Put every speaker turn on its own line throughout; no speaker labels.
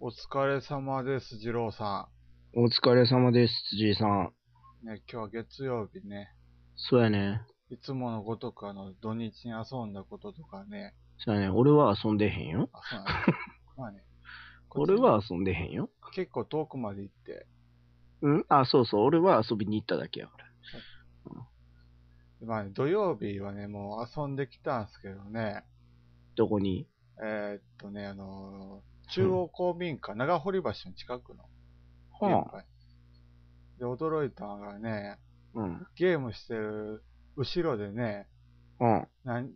お疲れ様です、次郎さ
お疲れ様です、辻井さん。
ん。ね、今日は月曜日ね、
そうやね。
いつものごとくあの、土日に遊んだこととかね、
そうやね。俺は遊んでへんよ。
あ、そうなん だまあね。こっち
俺は遊んでへんよ。
結構遠くまで行って、
うんあ、そうそう。俺は遊びに行っただけや、俺。
まあね、土曜日はね、もう遊んできたんですけどね、
どこに
えー、っとね、あのー中央公民館、長堀橋の近くの、
はあ。
あ、で、驚いたのがね、
うん。
ゲームしてる後ろでね、
うん。
なん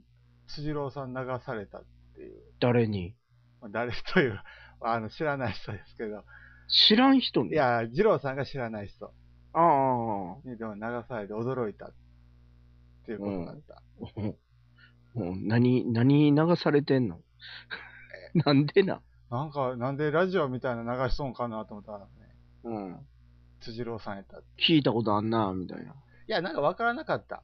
辻郎さん流されたっていう、
誰に
まあ誰という、 まああの知らない人ですけど、
知らん人
い。
に
や、二郎さんが知らない人
ああ。
にでも流されて驚いたっていうことだった。
うんうん何、何流されて んのなんでな。
なんか、なんでラジオみたいな流しそうかなと思ったらね、
うん。
辻郎さんやった。い
聞いたことあんな、みたいな。
や、なんかわからなかった。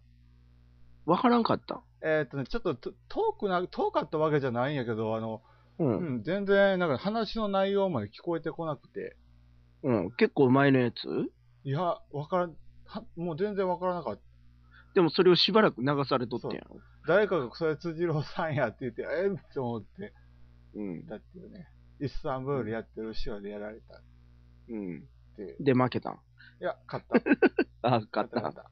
わからんかった。
えーっとね、ちょっとと遠くな、遠かったわけじゃないんやけど、あの、
う。
うんん、全然、なんか話の内容まで聞こえてこなくて、
うん。結構前のやつ
いや、わからん、はもう全然わからなかった。
でもそれをしばらく流されとってやろ。
誰かがそれ辻郎さんやって言って、えーって思って、
うん。
だっていうね、イスタンブールやってる後ろでやられたっ
うん。
ていう。
で、負けたん。
いや、勝った。
あ、勝っ
勝
た
っ。た。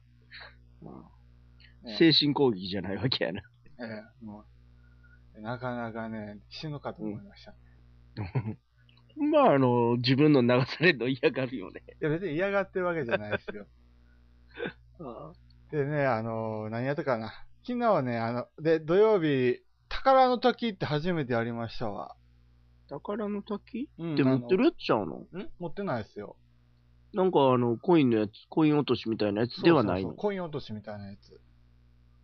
精神攻撃じゃないわけやな。
ええもう、なかなかね、死ぬかと思いました。い
まあ、あの、自分の流されるの嫌がるよね。
や、別に嫌がってるわけじゃないですよ。 でね、あの何やったかな。昨日ね、あの、で、土曜日、宝の滝って初めてやりましたわ。
宝の滝
うん
って持ってるやつちゃうの
あのん持ってないですよ。
なんかあの、コインのやつ、コイン落としみたいなやつではない
そうそうそう
の
コイン落としみたいなやつ。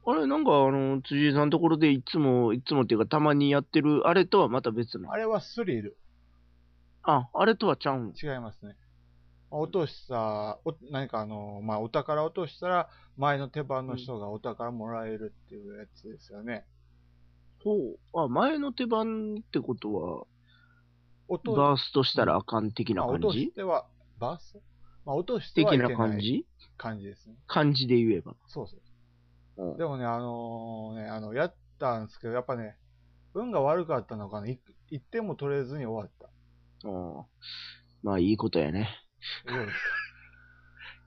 あれ、なんかあの、辻井さんのところでいつも、いつもっていうかたまにやってる、あれとはまた別の。
あれはスリル。
あ、あれとはちゃうん
違いますね。まあ落とした、お何かあの、まあ、お宝落としたら、前の手番の人がお宝もらえるっていうやつですよね。
そう。あ、前の手番ってことは、
落と
バーストしたらあかん的な
まあ、
感
落とし
じ
ては、バーストまあ、落としては
的
いけな
ない感
感じ
じ
ですね。
感じで言えば。
そうそうう。でもね、あのね、あの、やったんですけど、やっぱね、運が悪かったのかな、い一点も取れずに終わっ
ん。まあ、いいことやね。
た。そうです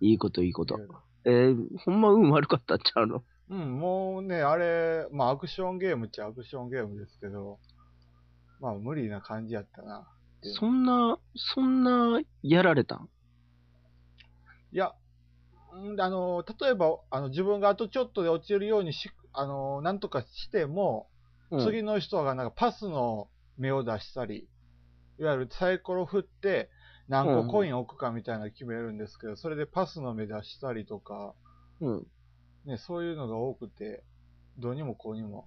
いいこと、いいこと。えー、ほんま運悪かったっちゃうの。
うん、もうね、あれ、まあ、アクションゲームっちゃアクションゲームですけど、まあ、無理な感じやったな。うん
そんな、そんな、やられたん
いや、うんあの例えばあの自分があとちょっとで落ちるようにしあのなんとかしても、
うん
次の人がなんかパスの目を出したり、いわゆるサイコロ振って、何個コイン置くかみたいなの決めるんですけど、それでパスの目出したりとか、
うん。
ね、そういうのが多くて、どうにもこうにも。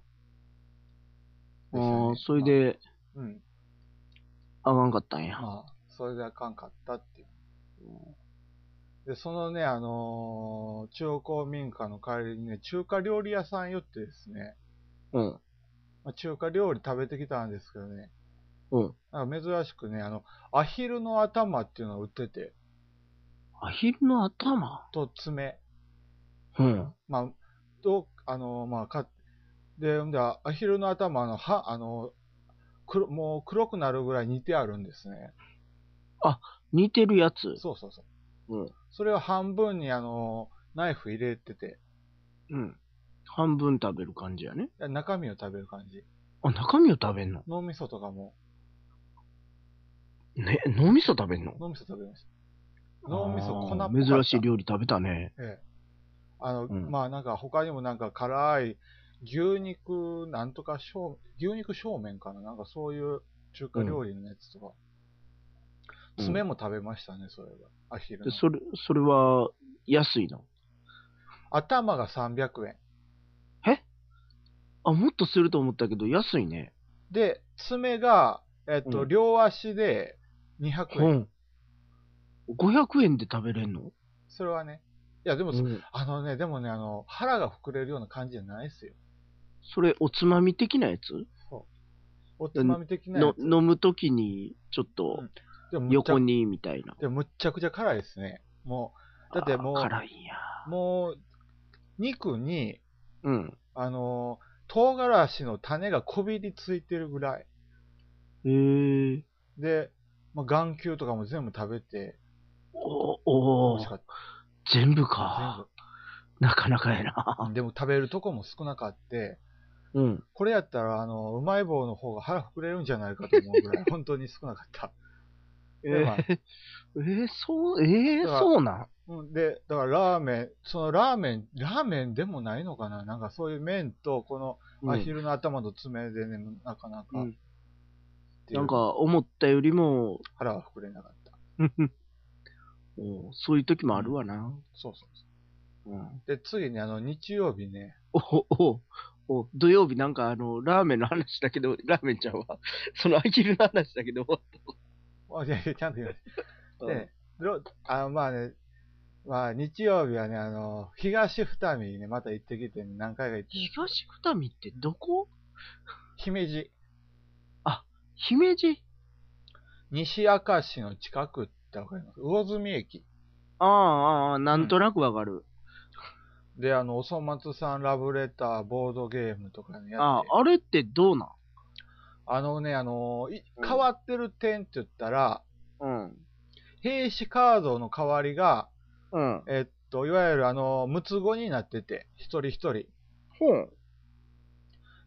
あ
でしたね
ーそれ、で、
まあうん、
あがんかったんや。
まあ、それであかんかったっていう。で、そのね、あのー中央公民館の帰りにね、中華料理屋さん寄ってですね、
うん。
まあ、中華料理食べてきたんですけどね、
うん。
なんか珍しくね、あの、アヒルの頭っていうのを売ってて、
アヒルの頭
と爪、
うん。
まあ、どう、あのーまあ、か、で、ほんでアヒルの頭あの、は、あの黒、もう黒くなるぐらい似てあるんですね。
似てるやつ。
そうそうそう。
うん。
それを半分にあのーナイフ入れてて、
うん。半分食べる感じやね。
中身を食べる感じ。
あ、中身を食べんの
脳みそとかも、
ね、脳みそ食べんの
脳みそ食べました。脳みそ粉っぽか
あ
った
ー珍しい料理食べたね。
ええ。あの、
うん
まあなんか他にもなんか辛い牛肉なんとか正、牛肉正面かななんかそういう中華料理のやつとか。
うん
爪も食べましたね、それは。アヒル
で
の。
それ、それは、安いの
頭が300円。
あ、もっとすると思ったけど、安いね。
で、爪が、えっと、
うん
両足で200円。
ん。500円で食べれんの
それはね。いや、でも、
うん。
あのね、でもね、あの、腹が膨れるような感じじゃないですよ。
それ、おつまみ的なやつ
おつまみ的なや
の
つ。
飲むときに、ちょっと
うん、でもむっちゃ
横にみたいな。
でもむっちゃくちゃ辛いですね。もだってもう
あー辛いんや。
う、もう、肉に、
うん。
あのー、唐辛子の種がこびりついてるぐらい。
へえ。
で、まあ、眼球とかも全部食べて、
お
美
お
味しかっ
全部
た。
か。なかなかや
全
な。
部。でも食べるとこも少なかって、
うん。
これやったら、あの、うまい棒の方が腹膨れるんじゃないかと思うぐ らい、本当に少なかった。
え
でまあ
ー、えー、そう、えー、
だから
そうなん。
うんで、だからラーメン、そのラーメン、ラーメンでもないのかななんかそういう麺と、このアヒルの頭と爪でね、なかなか、
うん
っていう
なんか、思ったよ りも、
腹は膨れなかった。
おそういう時もあるわな。
そうそうそ
うん、
う。で、次にあの、日曜日ね、
おおお土曜日なんかあの、ラーメンの話だけど、ラーメンちゃんは、そのアヒルの話だけど、
あいやいやちゃんと言われて
うん
で、ろあまあね、まあ日曜日はね、あの、東二見にね、また行ってきて、何回か行って、
東二見ってどこ
姫路、
姫路
西明石の近くってわかります魚住駅。
ああ、ああ、なんとなくわかる。
で、あの、おそ松さんラブレター、ボードゲームとかね、や
あ
って、
あ、あれってどうなん
あのね、あの、い
うん
変わってる点って言ったら、
うん。
兵士カードの代わりが、
うん。
えっと、いわゆるあの、六つ子になってて、一人一人。
ほう。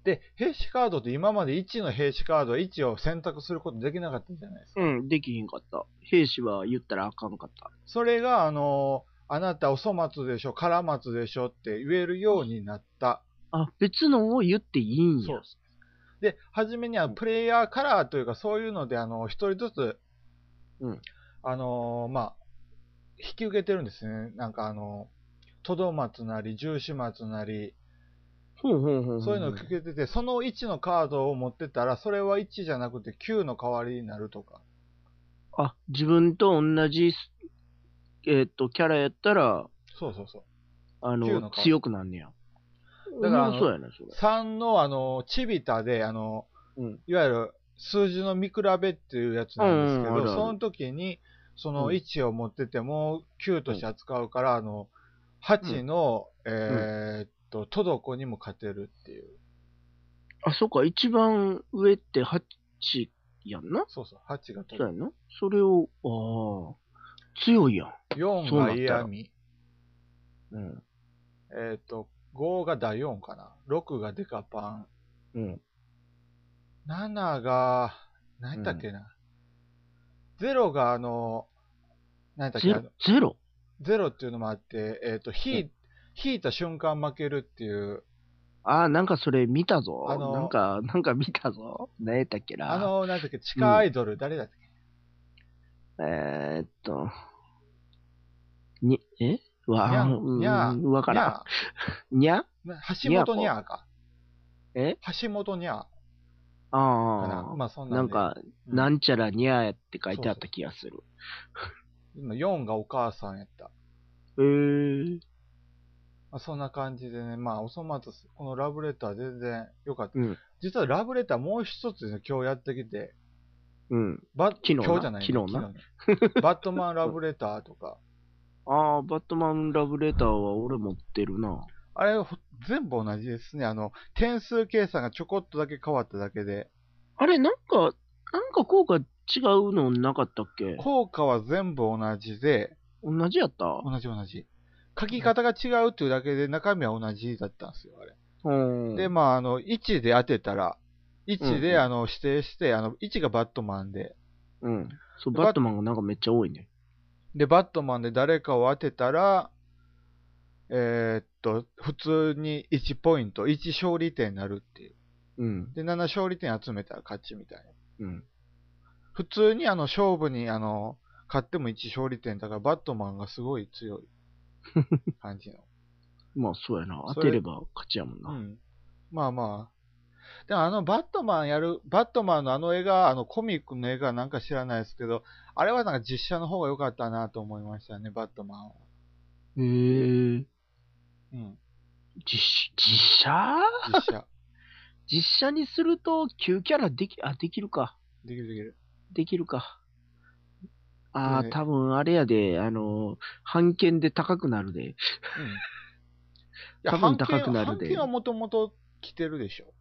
で、兵士カードって今まで1の兵士カード、1を選択することできなかったじゃないですか。
うん、できひんかった。兵士は言ったらあかんかった。
それが、あのーあなたお粗末でしょ、から松でしょって言えるようになった。
あ、別のを言っていいんや。
そうです。で、初めにあのプレイヤーカラーというか、そういうので、あの、一人ずつ、
うん
あのーまあ、引き受けてるんですね。なんかあの、トドマツなり、十四松なり、
ほうほうほう。
そういうのを受けてて、その1のカードを持ってたら、それは1じゃなくて9の代わりになるとか。
あ、自分と同じ、えっ、と、キャラやったら、
そうそうそう。
あ
強い
の
の、か
強くなんねや。
だからあ
うん
の
そうやな、それ。
3の、あの、チビタで、あの、
うん。
いわゆる数字の見比べっていうやつなんですけ
うん
ど、
うんあるある
その時にそ
うん
の位置を持ってても9として扱うから、あの8の、えーっと、トドコにも勝てるっていう。
あ、そうか、一番上って8やんな
そうそう、8がト
そう
ド
やんなそれを、ああ、強いやん。
4
そうな
が
んだ
嫌味。
うん。
えーっと、5が第4かな。6がデカパ
うん。
ン。7が、何やったっけな。0があの、何やったっけ
ゼ
あ
ロ
の
ゼロ
ゼロっていうのもあって、えーっと、
う
引い引いた瞬間負けるっていう、
ああ、なんかそれ見たぞ。
あの
なんか、なんか見たぞ。何やったっけな。
あの、なんだっけ、地下アイドル、誰だっけ
えー、っと、に、えわ
にゃ
あ、
ん
うん
にゃん
わからん。にゃ
にゃー橋本にゃーか。
え
橋本にゃーかな。
ああ、
まあそんな
なんん
で、
か、
うん
なんちゃらにゃーって書いてあった気がする。
今4がお母さんやった。
へえ。
まあ、そんな感じでね、まあ、おそ松、このラブレター全然良かった。
うん
実はラブレターもう一つ、ね、今日やってきて、
うん。
バ
日な
今日じゃない
昨日な
ねバットマンラブレターとか、
ああ、バットマンラブレターは俺持ってるな。
あれほ全部同じですね。あの、点数計算がちょこっとだけ変わっただけで、
あれ、なんか、なんか効果違うのなかったっけ
効果は全部同じで、
同じやった
同じ同じ。書き方が違うっていうだけで中身は同じだったんですよ、あれ。
うん。
で、まあ、あの、1で当てたら、1
うんう
で、
ん
あの、指定して、あの、1がバットマンで、
うん。そう、バットマンがなんかめっちゃ多いね。
で、バットマンで誰かを当てたら、えーっと、普通に1ポイント、1勝利点になるっていう。
うん。
で、7勝利点集めたら勝ちみたいな。
うん。
普通に、あの、勝負に、あの、勝っても1勝利点だから、バットマンがすごい 強い感じの。
まあ、そうやな。当
そ
て
れ
れば勝ちやもんな。
うん。まあまあ。でもあのバットマンやる、バットマンのあの映画、あのコミックの映画なんか知らないですけど、あれはなんか実写の方が良かったなと思いましたね、バットマンは。
へえ。
うん。
実実写
実写。
実写にすると、旧キャラでき、あ、できるか。
できるできる。
できるか。ああ、
ね
多分あれやで、あの、半券で高くなるで。
うん。い
多
や、
分
半
高
券
くなる
半
で
券はもともと着てるでしょ。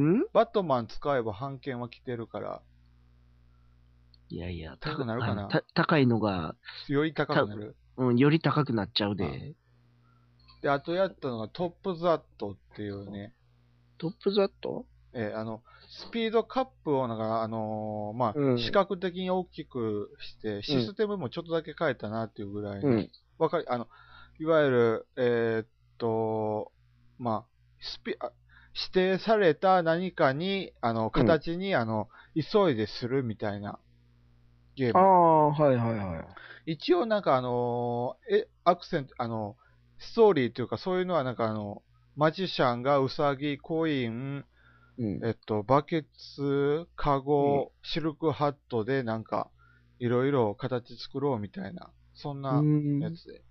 ん
バットマン使えば半券は着てるから、
いやいや、
高くなるかな
あのた高いのが、
より高くなる。
うん、より高くなっちゃう
あ
で。
で、あとやったのがトップザットっていうね、
トップザット
えーあの、スピードカップをなんか、あのーまあ、
うん
視覚的に大きくして、システムもちょっとだけ変えたなっていうぐらいの、
うん。
わかり、あの、いわゆる、えーっと、まあ、スピ、あ指定された何かに、あの、形に、あの、急いでするみたいなゲ
あ
ーム。
あ、はいはいはい。
一応なんかあのー、え、アクセント、あの、ストーリーというかそういうのはなんかあの、マジシャンがウサギ、コイン、
うん。
えっと、バケツ、カゴ、シルクハットでなんか、いろいろ形作ろうみたいな、そんな、
うん
やつで。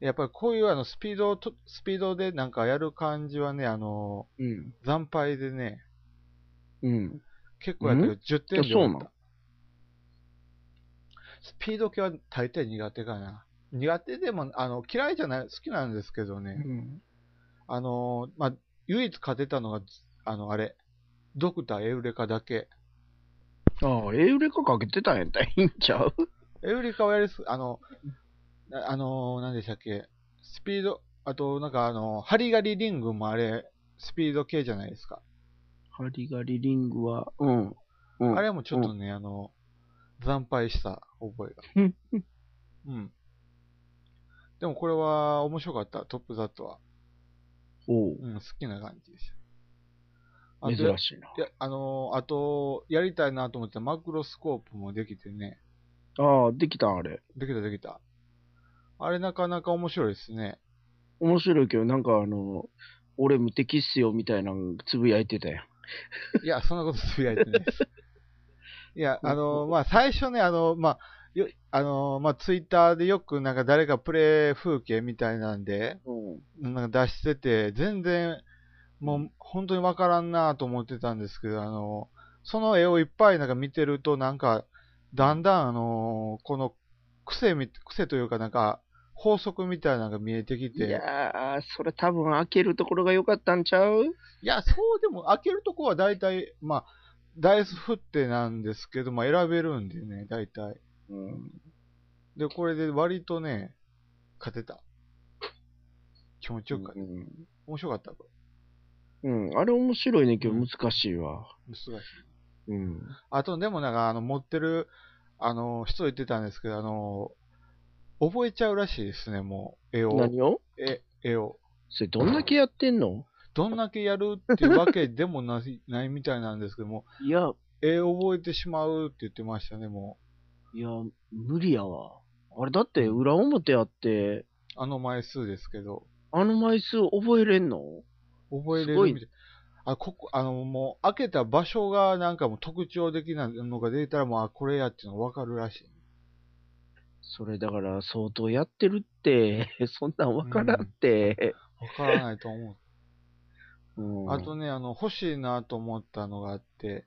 やっぱりこういうあのスピードをと、スピードでなんかやる感じはね、あの、
うん。
惨敗でね、
うん。
結構やったけど、10点で終わ
あそう
っ
な
た
の。
スピード系は大抵苦手かな。苦手でも、あの、嫌いじゃない、好きなんですけど
う
ね。
ん
あの、まあ、唯一勝てたのが、あの、あれ、ドクターエウレカだけ。
ああ、エウレカかけてたんやったらいいんちゃう
エウレカはやりす、あの、なあの、何でしたっけ、スピード、あと、なんかあの、ハリガリリングもあれ、スピード系じゃないですか。
ハリガリリングは、うん。うん、
あれもちょっとね、あの、惨敗した覚えが。
うん
うん。でもこれは面白かった、トップザットは。
おう
うん、好きな感じでした。あと
珍
や、
しいな。
いやあのーあと、やりたいなと思ってマクロスコープもできてね、
ああ、できたあれ。
できたできた。あれなかなか面白いですね。
面白いけど、なんかあの、俺無敵っすよみたいなのつぶやいてたやん。
いや、そんなことつぶやいてないです。いや、あ のーまあ、最初ね、あのーまあ、よあのーまあ、ツイッターでよくなんか誰かプレイ風景みたいなんで、
うん。
なんか出してて、全然、もう本当にわからんなと思ってたんですけど、あの、その絵をいっぱいなんか見てると、なんか、だんだん、あの、この癖み、癖というかなんか、法則みたいなのが見えてき
い
て、いや、
やー、それ多分開けるところが良かったんちゃう
そうでも、開けるとこは大体、まあ、ダイス振ってなんですけど、まあ選べるんでね、大体。
うん。
で、これで割とね、勝てた。気持ちよく勝て
う
面白かった、こ
ん。うん。あれ面白いねんけど
うん
難しいわ。
れ。難しい。
うん。
あと、でもなんか、あの、持ってる、あの、人言ってたんですけど、あの、覚えちゃうらしいですね、もう、絵を。
何を
絵絵を。
それどんだけやってんの
どんだけやるっていうわけでもなない みたいなんですけども、
いや、
絵覚えてしまうって言ってましたね、も
いや、無理やわ。あれだって裏表あって、
う。あの枚数ですけど、
あの枚数覚えれんの
覚えれ
すご
る
い
みたい。あ、ここ、あの、もう、開けた場所がなんかもう特徴的なのが出たら、もう、あ、これやっていうのわかるらしい。
それだから相当やってるって、 そんなんわからんって。
わからないと思
うん
う。あとね、あの、欲しいなと思ったのがあって、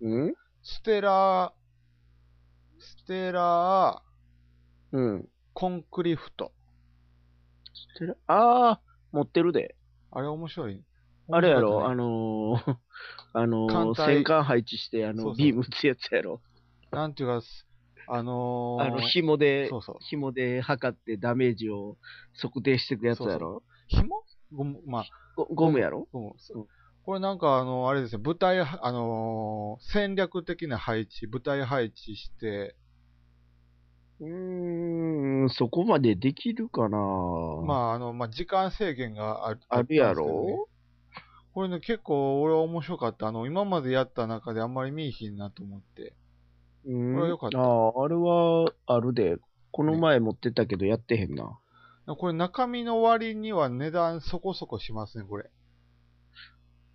うん
ステラー、ステラー、
うん。
コンクリフト。
てらああ、持ってるで。
あれ面白い。
あれやろ、あ
面
のー、 あの
艦
ー、
隊
戦艦配置して、あの、
そうそう
ビーム打つやつやろ。
白かったねなんていうか、すあのー、
あの、紐で
そ、うそう。
紐で測ってダメージを測定していくやつやろ。
紐ゴム、まあ、
ゴゴムやろ
ゴム。そう
うん
これなんか、あの、あれですね、舞台、あのー戦略的な配置、舞台配置して、
うーん、そこまでできるかな
まあ、あの、まあ、時間制限がある。
あるや
ったんですけどね
ろ
これね、結構俺は面白かった。あの、今までやった中であんまり見えひんなと思って。
うん
これは良かった
ああ、あれは、あるで。この前持ってったけどやってへんな。
これ中身の割には値段そこそこしますね、これ。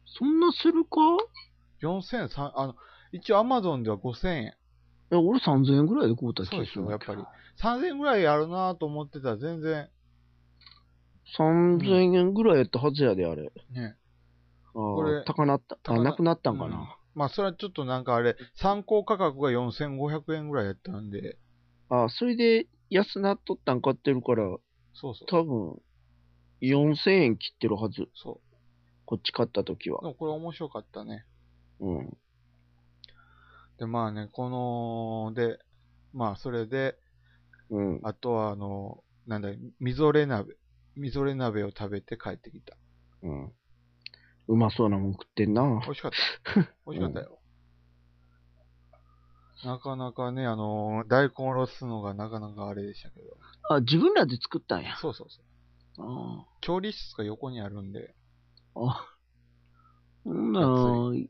そんなするか
4300、あの、一応 Amazon では5000円。
え俺3000円ぐらいで買うた気
そう
が
ですし
るん
ょ、や
だ
っ
け
ぱ
ど
り。。3000円ぐらいやるなと思ってたら全然、
3000円ぐらいやったはずやで、あれ。
ね。こ
あ
れ
あ、高なった。
高
あ、
な
なくなったんか
うん
な。
まあ、それはちょっとなんかあれ、参考価格が4500円ぐらいやったんで、
あそれで安なっとったん買ってるから、
そうそう。
多分、4000円切ってるはず。
そ
こっち買った時
う。で
は。
もこれ面白かったね。
うん。
で、まあね、この、で、まあそれで、
うん。
あとはあの、なんだ、みぞれ鍋。みぞれ鍋を食べて帰ってきた。
うん。うまそうなもん食ってんな。
美味しか った。美味しかったよ。なかなかね、あのー大根おろすのがなかなかあれでしたけど。
あ、自分らで作ったんや。
そうそうそう。
あ
調理室が横にあるんで、
あ。あそんなん、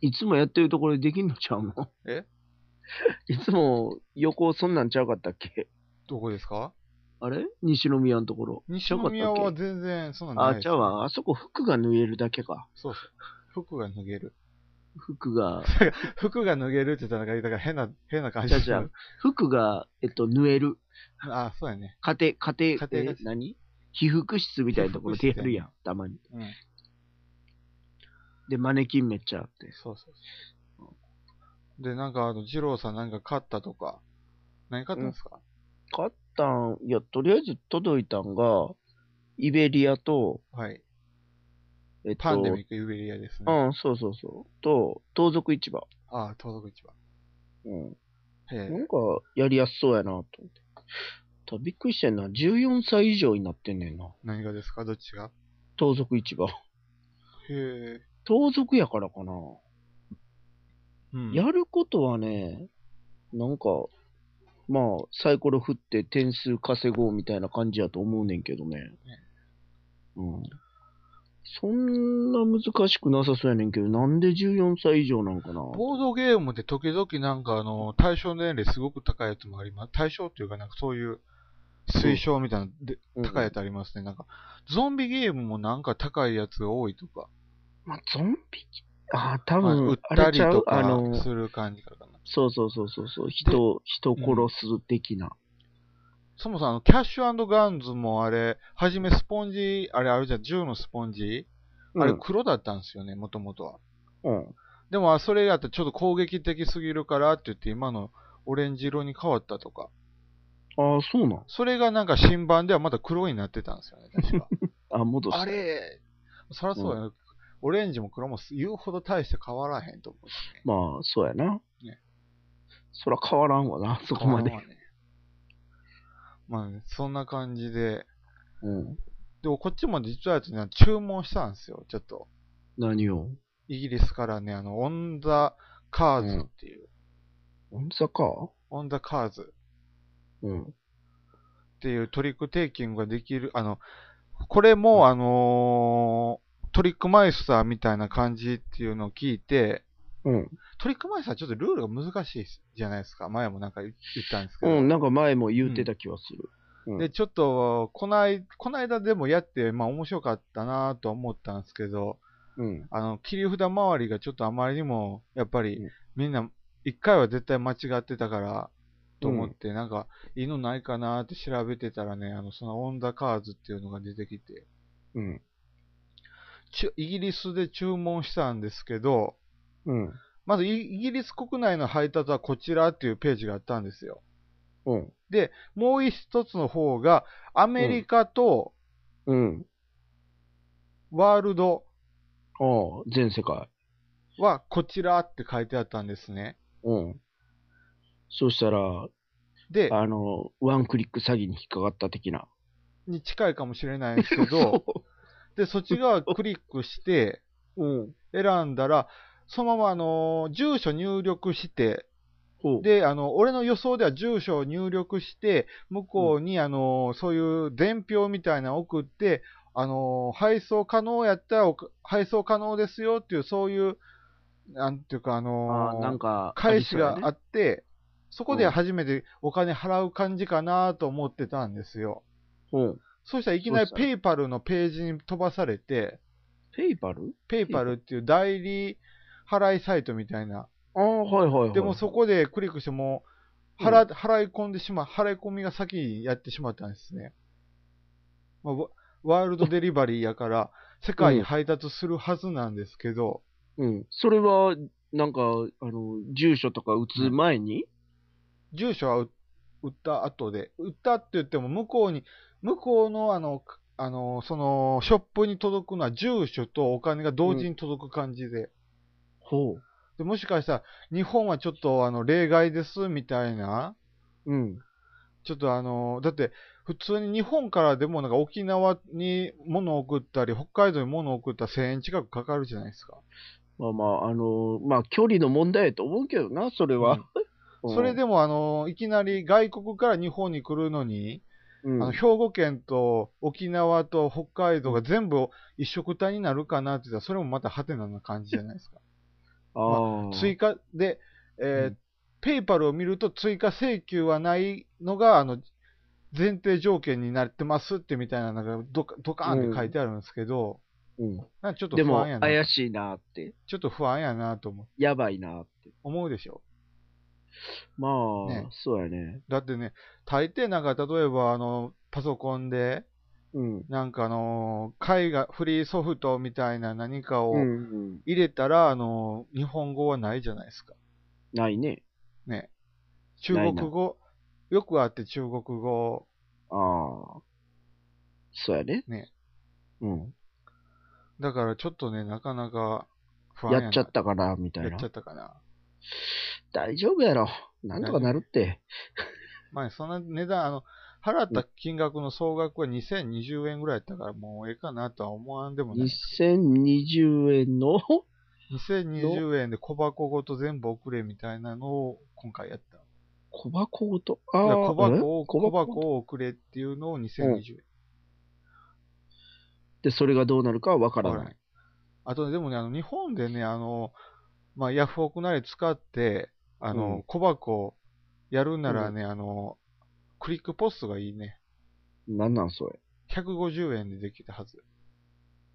いつもやってるところでできんのちゃうの
え
いつも横そんなんちゃうかったっけ
どこですか
あれ西宮のところ。
西宮
ちゃうか
は
ったっけ
全然そんなんない
あ、
です
ちゃうわ。あそこ服が脱げるだけか。
そうそう。服が脱げる。
服が、
服が脱げるって言ったらなんか、だから変な、変な感じ
じゃあじゃあ服が、えっと、縫える。
あ、そうやね。
家庭、家庭、
家庭
え何被服室みたいなところでやるや
被
ん、たまに。
うん。
で、マネキンめっちゃあって。
そうそうそう。で、なんか、あの、二郎さんなんか買ったとか、何買ったんですか、
買ったん、いや、とりあえず届いたんが、イベリアと、
はい。
えっと、
パンデミックユベリアですね。
うん、そうそうそう。と、盗賊市場。
ああ、盗賊市場。
うん。
へ
な
え。
んか、やりやすそうやなと思って。ただびっくりしてんな。14歳以上になってんねんな。
何がですかどっちが
盗賊市場。
へ え。
盗賊やからかな。
うん。
やることはね、なんか、まあ、サイコロ振って点数稼ごうみたいな感じやと思うねんけどね。うん。そんな難しくなさそうやねんけど、なんで14歳以上なんかな
ボードゲームって時々なんかあの、対象年齢すごく高いやつもあります。対象っていうかなんかそういう推奨みたいなので、
うん
高いやつありますね。なんか、ゾンビゲームもなんか高いやつが多いとか、
まあ、ゾンビ、ああ、多
まあ
分、
売っ
あ
た
れ
り
ちゃう
と
あ
か
の、
する感じからかな。
そうそうそうそうそう、人を、人殺す的な。
そもそもあの、キャッシュガンズもあれ、はじめスポンジ、あれあるじゃん、銃のスポンジ、あれ
うん
黒だったんですよね、もともとは。
うん。
でも、あそれやったらちょっと攻撃的すぎるからって言って、今のオレンジ色に変わったとか。
ああ、そうなん。
それがなんか新版ではまだ黒になってたんです よね、確か。
あ、戻した。
あれそらそうや、ねオレンジも黒も言うほど大して変わらへんと思うしね。
まあ、そうやな。
ね
そら変わらんわな、そこまで
変。わらんわねまあ、ね、そんな感じで。
うん。
でもこっちも実は、ね、注文したんですよ、ちょっと。
何を
イギリスからね、あの、オン・ザ・カーズっていう、
大阪
オン・ザ・カーズ
うん。
っていうトリックテイキングができる、あの、これも、あのートリックマイスターみたいな感じっていうのを聞いて、
うん。
トリックマイスターちょっとルールが難しいじゃないですか。前もなんか言言ったんですけど。
うん、なんか前も言うてた気はする。うん
で、ちょっと、こない、この間でもやって、まあ面白かったなとは思ったんですけど、
うん。
あの、切り札周りがちょっとあまりにも、やっぱり
うん、
みんな、一回は絶対間違ってたから、と思って、なんか、いいのないかなって調べてたらね、あの、そのオンダカーズっていうのが出てきて、
うん。
ちゅイギリスで注文したんですけど、
うん。
まずイイギリス国内の配達はこちらっていうページがあったんですよ。
うん。
もう一つの方が、アメリカと
うん。
ワールド
ああ、全世界。
はこちらって書いてあったんですね。
うん。そうしたら、
で、
あの、ワンクリック詐欺に引っかかった的な。
に近いかもしれないんです けど、で、そっち側クリックして
う。うん。
選んだら、そのまま、あのー住所入力して、
ほう。
で、あの、俺の予想では住所を入力して、向こうに、あのーそういう伝票みたいなの送って、あのー配送可能やったらおか、配送可能ですよっていう、そういう、なんていうか、あの
あ
ー
あ、なんか、
返しがあ
あり
って、そこで初めてお金払う感じかなと思ってたんですよ。
そうやね。うん。
そうしたらいきなり
どうした
ペイパルのページに飛ばされて、
ペイパル
ペイパルっていう代理払いサイトみたいな。
ああ、はいはいはい。
でもそこでクリックしてもう払、払い込んでしまう、払い込みが先にやってしまったんですね。まあワワールドデリバリーやから、世界に配達するはずなんですけど、
うん。それは、なんか、あの、住所とか打つ前に、
住所は打った後で、打ったって言っても、向こうに、向こうの、あの、かあの、その、ショップに届くのは、住所とお金が同時に届く感じで。
ほう。
でもしかしたら、日本はちょっと、あの、例外です、みたいな。
うん。
ちょっとあの、だって、普通に日本からでもなんか沖縄に物を送ったり、北海道に物を送ったら1000円近くかかるじゃないですか。
まあまあ、あのーまあ、距離の問題やと思うけどな、それは。うん
それ、でもあの、いきなり外国から日本に来るのに、
うん
あの兵庫県と沖縄と北海道が全部一色体になるかなって言ったら、それもまたハテナな感じじゃないですか。
あー
追加で、えー
うん
ペイパルを見ると追加請求はないのが、あの、前提条件になってますってみたいな、なんかドカドカーンって書いてあるんですけど、
うん
なんかちょっと
で
不
も
安や、な。
怪しいなって、
ちょっと不安やなと思う
やばいなって。
思うでしょ。
まあ、
ね
そうやね。
だってね、大抵なんか例えばあの、パソコンで、
うん。
なんかあの、絵画、フリーソフトみたいな何かを
うんうん
入れたら、あの、日本語はないじゃないですか。
ないね。
ね。中国語、よくあって中国語、
ああ。そうやね。
ね。
うん。
だからちょっとね、なかなか不安やな。
やっちゃったかな、みたい
や
な
っちゃ。ったかな。
大丈夫やろ。なんとかなるって。
まあ、そんな値段、あの、払った金額の総額は2020円ぐらいやったから、もうええかなとは思わんでもない。
2020円の
2020円で小箱ごと全部送れみたいなのを今回やった。
小箱ごと。あ
だから
あ、
小箱を、
え
小
ごと
箱を送れっていうのを2020円。
で、それがどうなるかはわから
わから
な。
ないあとね、でもね、あの、日本でね、あの、まあ、ヤフオクなり使って、あの、
うん
小箱やるならね、あの、クリックポストがいいね。
なんなんそれ。
150円でできたはず。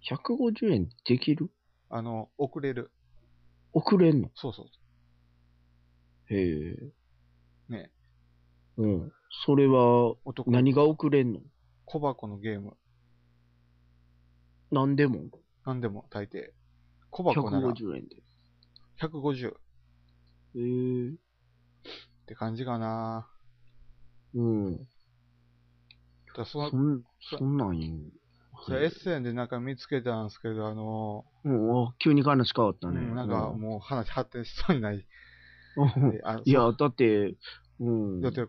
150円できる
あの、送れる。
送れんの
そうそう。
へえ。
ね。
うん。それは、
男
何が送れんの
小箱のゲーム。
何でも。
なんでも大抵。小箱なら
150円で。
150っ
へえ。
て感じかな。
うん。
だからその
そん、そんなんいいん
それエッセンでなんか見つけたんですけど、あの
うん、あ急に話変わった
ー
ね。
うんなんかもう話発展しそうにない。
うん
であの
いや、だって、うん。
だって、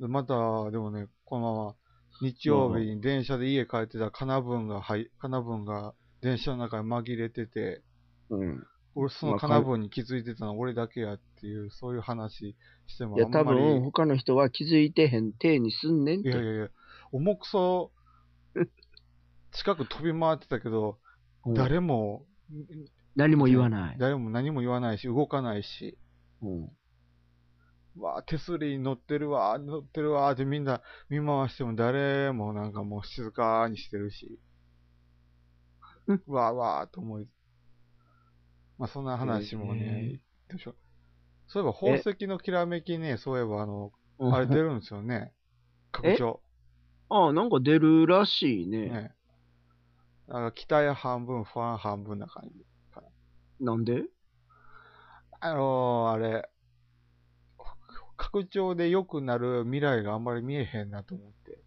また、でもね、このまま、日曜日に電車で家帰ってたカナブンが、はい、カナブンが電車の中に紛れてて、
うん。
俺そのカナブンに気づいてたの俺だけやっていう、そういう話しても
いや、
あ
多
んまり、
分、他の人は気づいてへん、手にすんねんっ
いやい
て。
やいや、重くそ、近く飛び回ってたけど、
うん
誰も、
何も言わない。
誰も何も言わないし、動かないし、
うん。
わあ、手すりに乗ってるわ、乗ってるわってみんな見回しても誰もなんかもう静かにしてるし
うん、
わあわあと思い、まあそんな話もね、どうしようそういえば宝石のきらめきね、そういえばあの、あれ出るんですよね、 拡張。
あなんか出るらしいね。
ね。なんか期待半分、不安半分な感じ。
なんで
あのー、あれ、拡張で良くなる未来があんまり見えへんなと思って。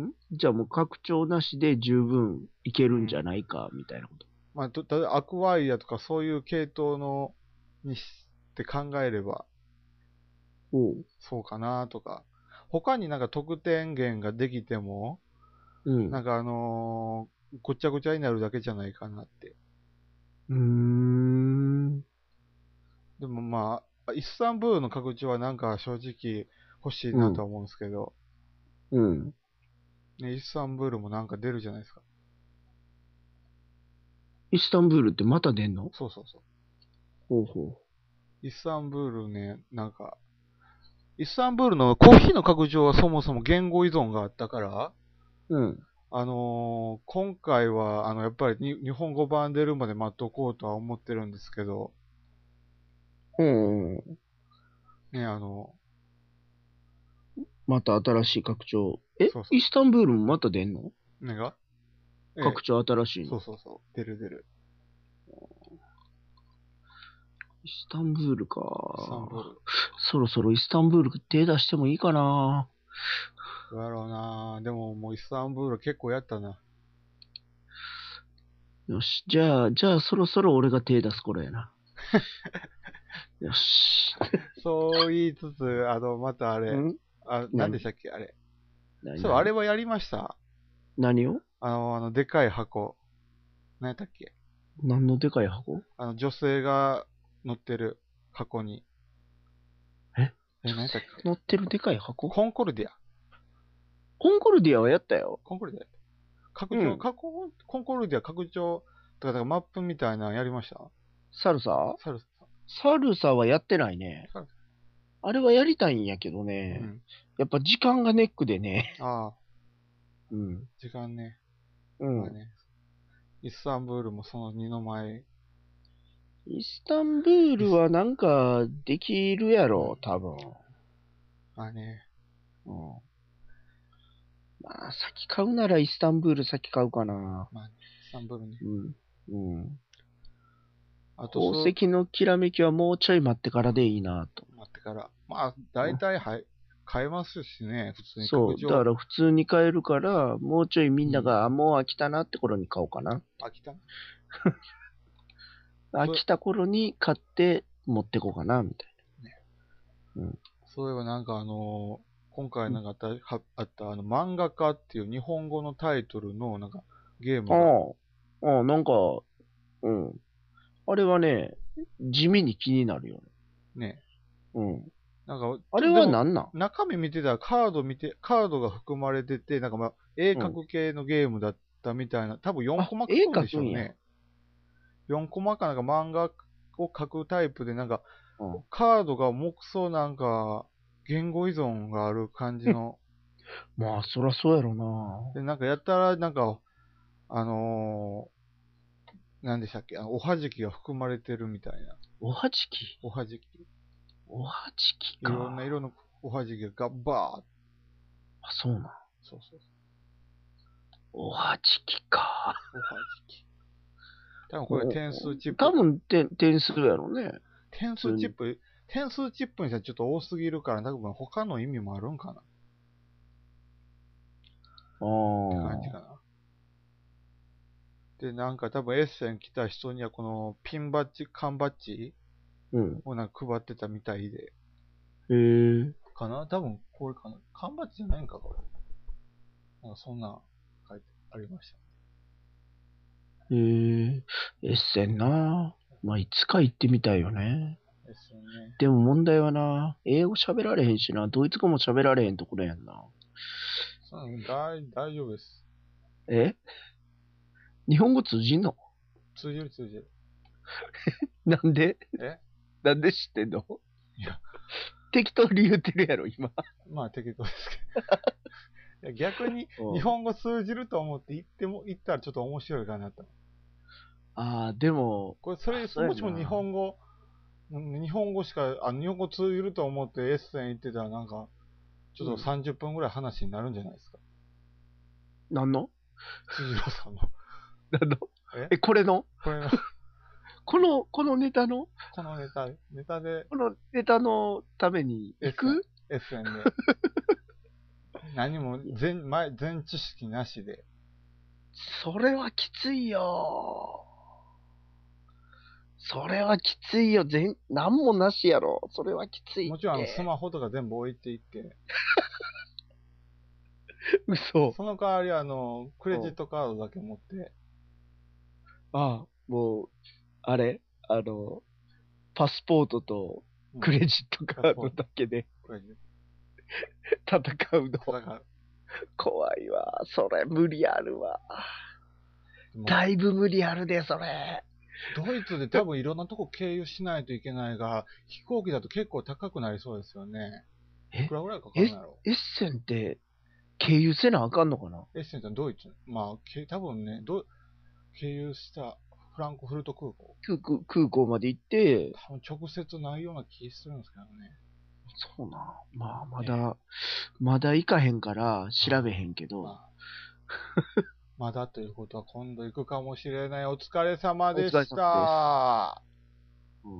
んじゃあもう拡張なしで十分いけるんじゃないか、みたいなこと。
まあ、と例えばアクワイアとかそういう系統のにして考えれば
おう。
そうかなとか。他になんか得点源ができても、
うん。
なんかあのーごっちゃごちゃになるだけじゃないかなって。
うーん。
でもまあ、イスタンブールの拡張はなんか正直欲しいなとは思うんですけど、
うん。
ね、イスタンブールもなんか出るじゃないですか。
イスタンブールってまた出んの
そうそうそ
ほうほ
う。イスタンブールね、なんか、イスタンブールのコーヒーの拡張はそもそも言語依存があったから、
う。うん。
あのー今回は、あの、やっぱりに日本語版出るまで待っとこうとは思ってるんですけど、
うんうん。
ね、あの、
また新しい拡張。え
そうそう
イスタンブールもまた出んの
何がええ
拡張新しい
そ
の、
うそうそう、出る出る。
イスタンブール
イスタンブー
か。
ル。
そろそろイスタンブール手出してもいいかな
どうやろうなでももうイスタンブール結構やったな。
よし、じゃあ、じゃあそろそろ俺が手出す頃 やな。よし。
そう言いつつ、あの、またあれ、
ん
あ、
何
なんでしたっけあれ。
何
そう、あれはやりました。
何を
あの、あの、でかい箱。何やったっけ
何のでかい箱
あの、女性が乗ってる箱に。
え
え、何やったっけ
乗ってるでかい箱
コンコルディア。
コンコルディアはやったよ。
コンコルディア。拡張、
うん
かこコンコルディア拡張、とか、だからマップみたいなのやりました
サルサ
サルス
サルサはやってないね
サル。
あれはやりたいんやけど
う
ね。
ん。
やっぱ時間がネックでね。
ああ、
うん。
時間ね。
う
まあ
ん。
ね。イスタンブールもその二の前。
イスタンブールはなんかできるやろ、多分。
まあね。
うん。まあ、先買うならイスタンブール先買うかな。
イスタンブールね。
うん。うん。
あと、そう
宝石のきらめきはもうちょい待ってからでいいなと。
待ってから。まあ、大体、はい、買えますしね、普通に
そう。
拡
だか
張。
ら普通に買えるから、もうちょいみんなが、あもう飽きたなって頃に買おうかな。
飽きた
飽きた頃に買って持ってこうかな、みたい
そういえばなんかあのー今回なんかあった、はあったあの、漫画家っていう日本語のタイトルのなんかゲーム
な。
が、
ああ、ああ、なんか、うん。あれはね、地味に気になるよね。
ね、
うん。
なんか、
あれは
でも
なんなん
中身見てたらカード見て、カードが含まれてて、なんかまあ、絵描く系のゲームだったみたいな、多分4コマ
あ絵
描くんでしょう
描くんや
ね。4コマかなんか漫画を描くタイプで、なんか、
うん
カードが目想なんか、言語依存がある感じ の、
まあ、そらそうやろな。
で、なんかやったら、なんか、あのー、何でしたっけあのおはじきが含まれてるみたいな。
おはじき
おはじき。い
おはじきか。
ろんな色のおはじきがバーッ
あ、そうなん。
そうそうそう。
おはじきか。
おはじき。多分これ点数チップ。
多分点点数やろね。
点数チップ、点数チップにしたらちょっと多すぎるから、多分他の意味もあるんかなって
あ
感じかな。で、なんか多分エッセン来た人にはこのピンバッジ、缶バッジ
あ。うん。
をなんか配ってたみたいで。
へえ。
かな多分これかな缶バッジじゃないんかこれ。なんかそんな書いてありました。
へえ。エッセンな。まあ、いつか行ってみたいよね。
ですよね。
でも問題はな、英語喋られへんしな、ドイツ語も喋られへんところやんな。
そうなの大大丈夫です。
え日本語通じんの
通じる通じる。
なんで
え
なんで知ってんの
いや
適当に言ってるやろ、今。
まあ適当ですけ ど。いや逆に日本語通じると思って行っても、行ったらちょっと面白いかなと。
ああ、でも、
これ、それ、
あそうやな
もしも日本語、うん日本語しか、あ、日本語通じると思ってエッセン行ってたらなんか、ちょっと30分ぐらい話になるんじゃない ですか。
なんの
辻郎さんの。
なんの
え
え、これの
これの、
この、このネタの
このネタ、ネタで
このネタのために行く
SN で。何も全前全知識なしで。
それはきついよ。それはきついよ。全、なんもなしやろ。それはきついって。
もちろんあのスマホとか全部置いていって、
嘘。
その代わりあの、クレジットカードだけ持って、
ああ、もう、あれ、あの、パスポートと
うん
クレジットカードだけで
クレジッ
戦うの。
トだから、
怖いわ。それ、無理あるわ。
もう
だいぶ無理あるで、それ。
ドイツで多分いろんなとこ経由しないといけないが、飛行機だと結構高くなりそうですよね。
え
いくらぐらいかかるんだろ
エッセンって、経由せなあかんのかな
う。エッセンちゃんドイツ、まあ、け多分ね、ど経由したフランクフルト空港、
空港空港まで行って、
多分直接ないような気するんですけどね。
そうな。まあ、まだ、まだ行かへんから調べへんけど。
まあ、まだということは今度行くかもしれない。お疲れ様で
お疲れ
し
様
た。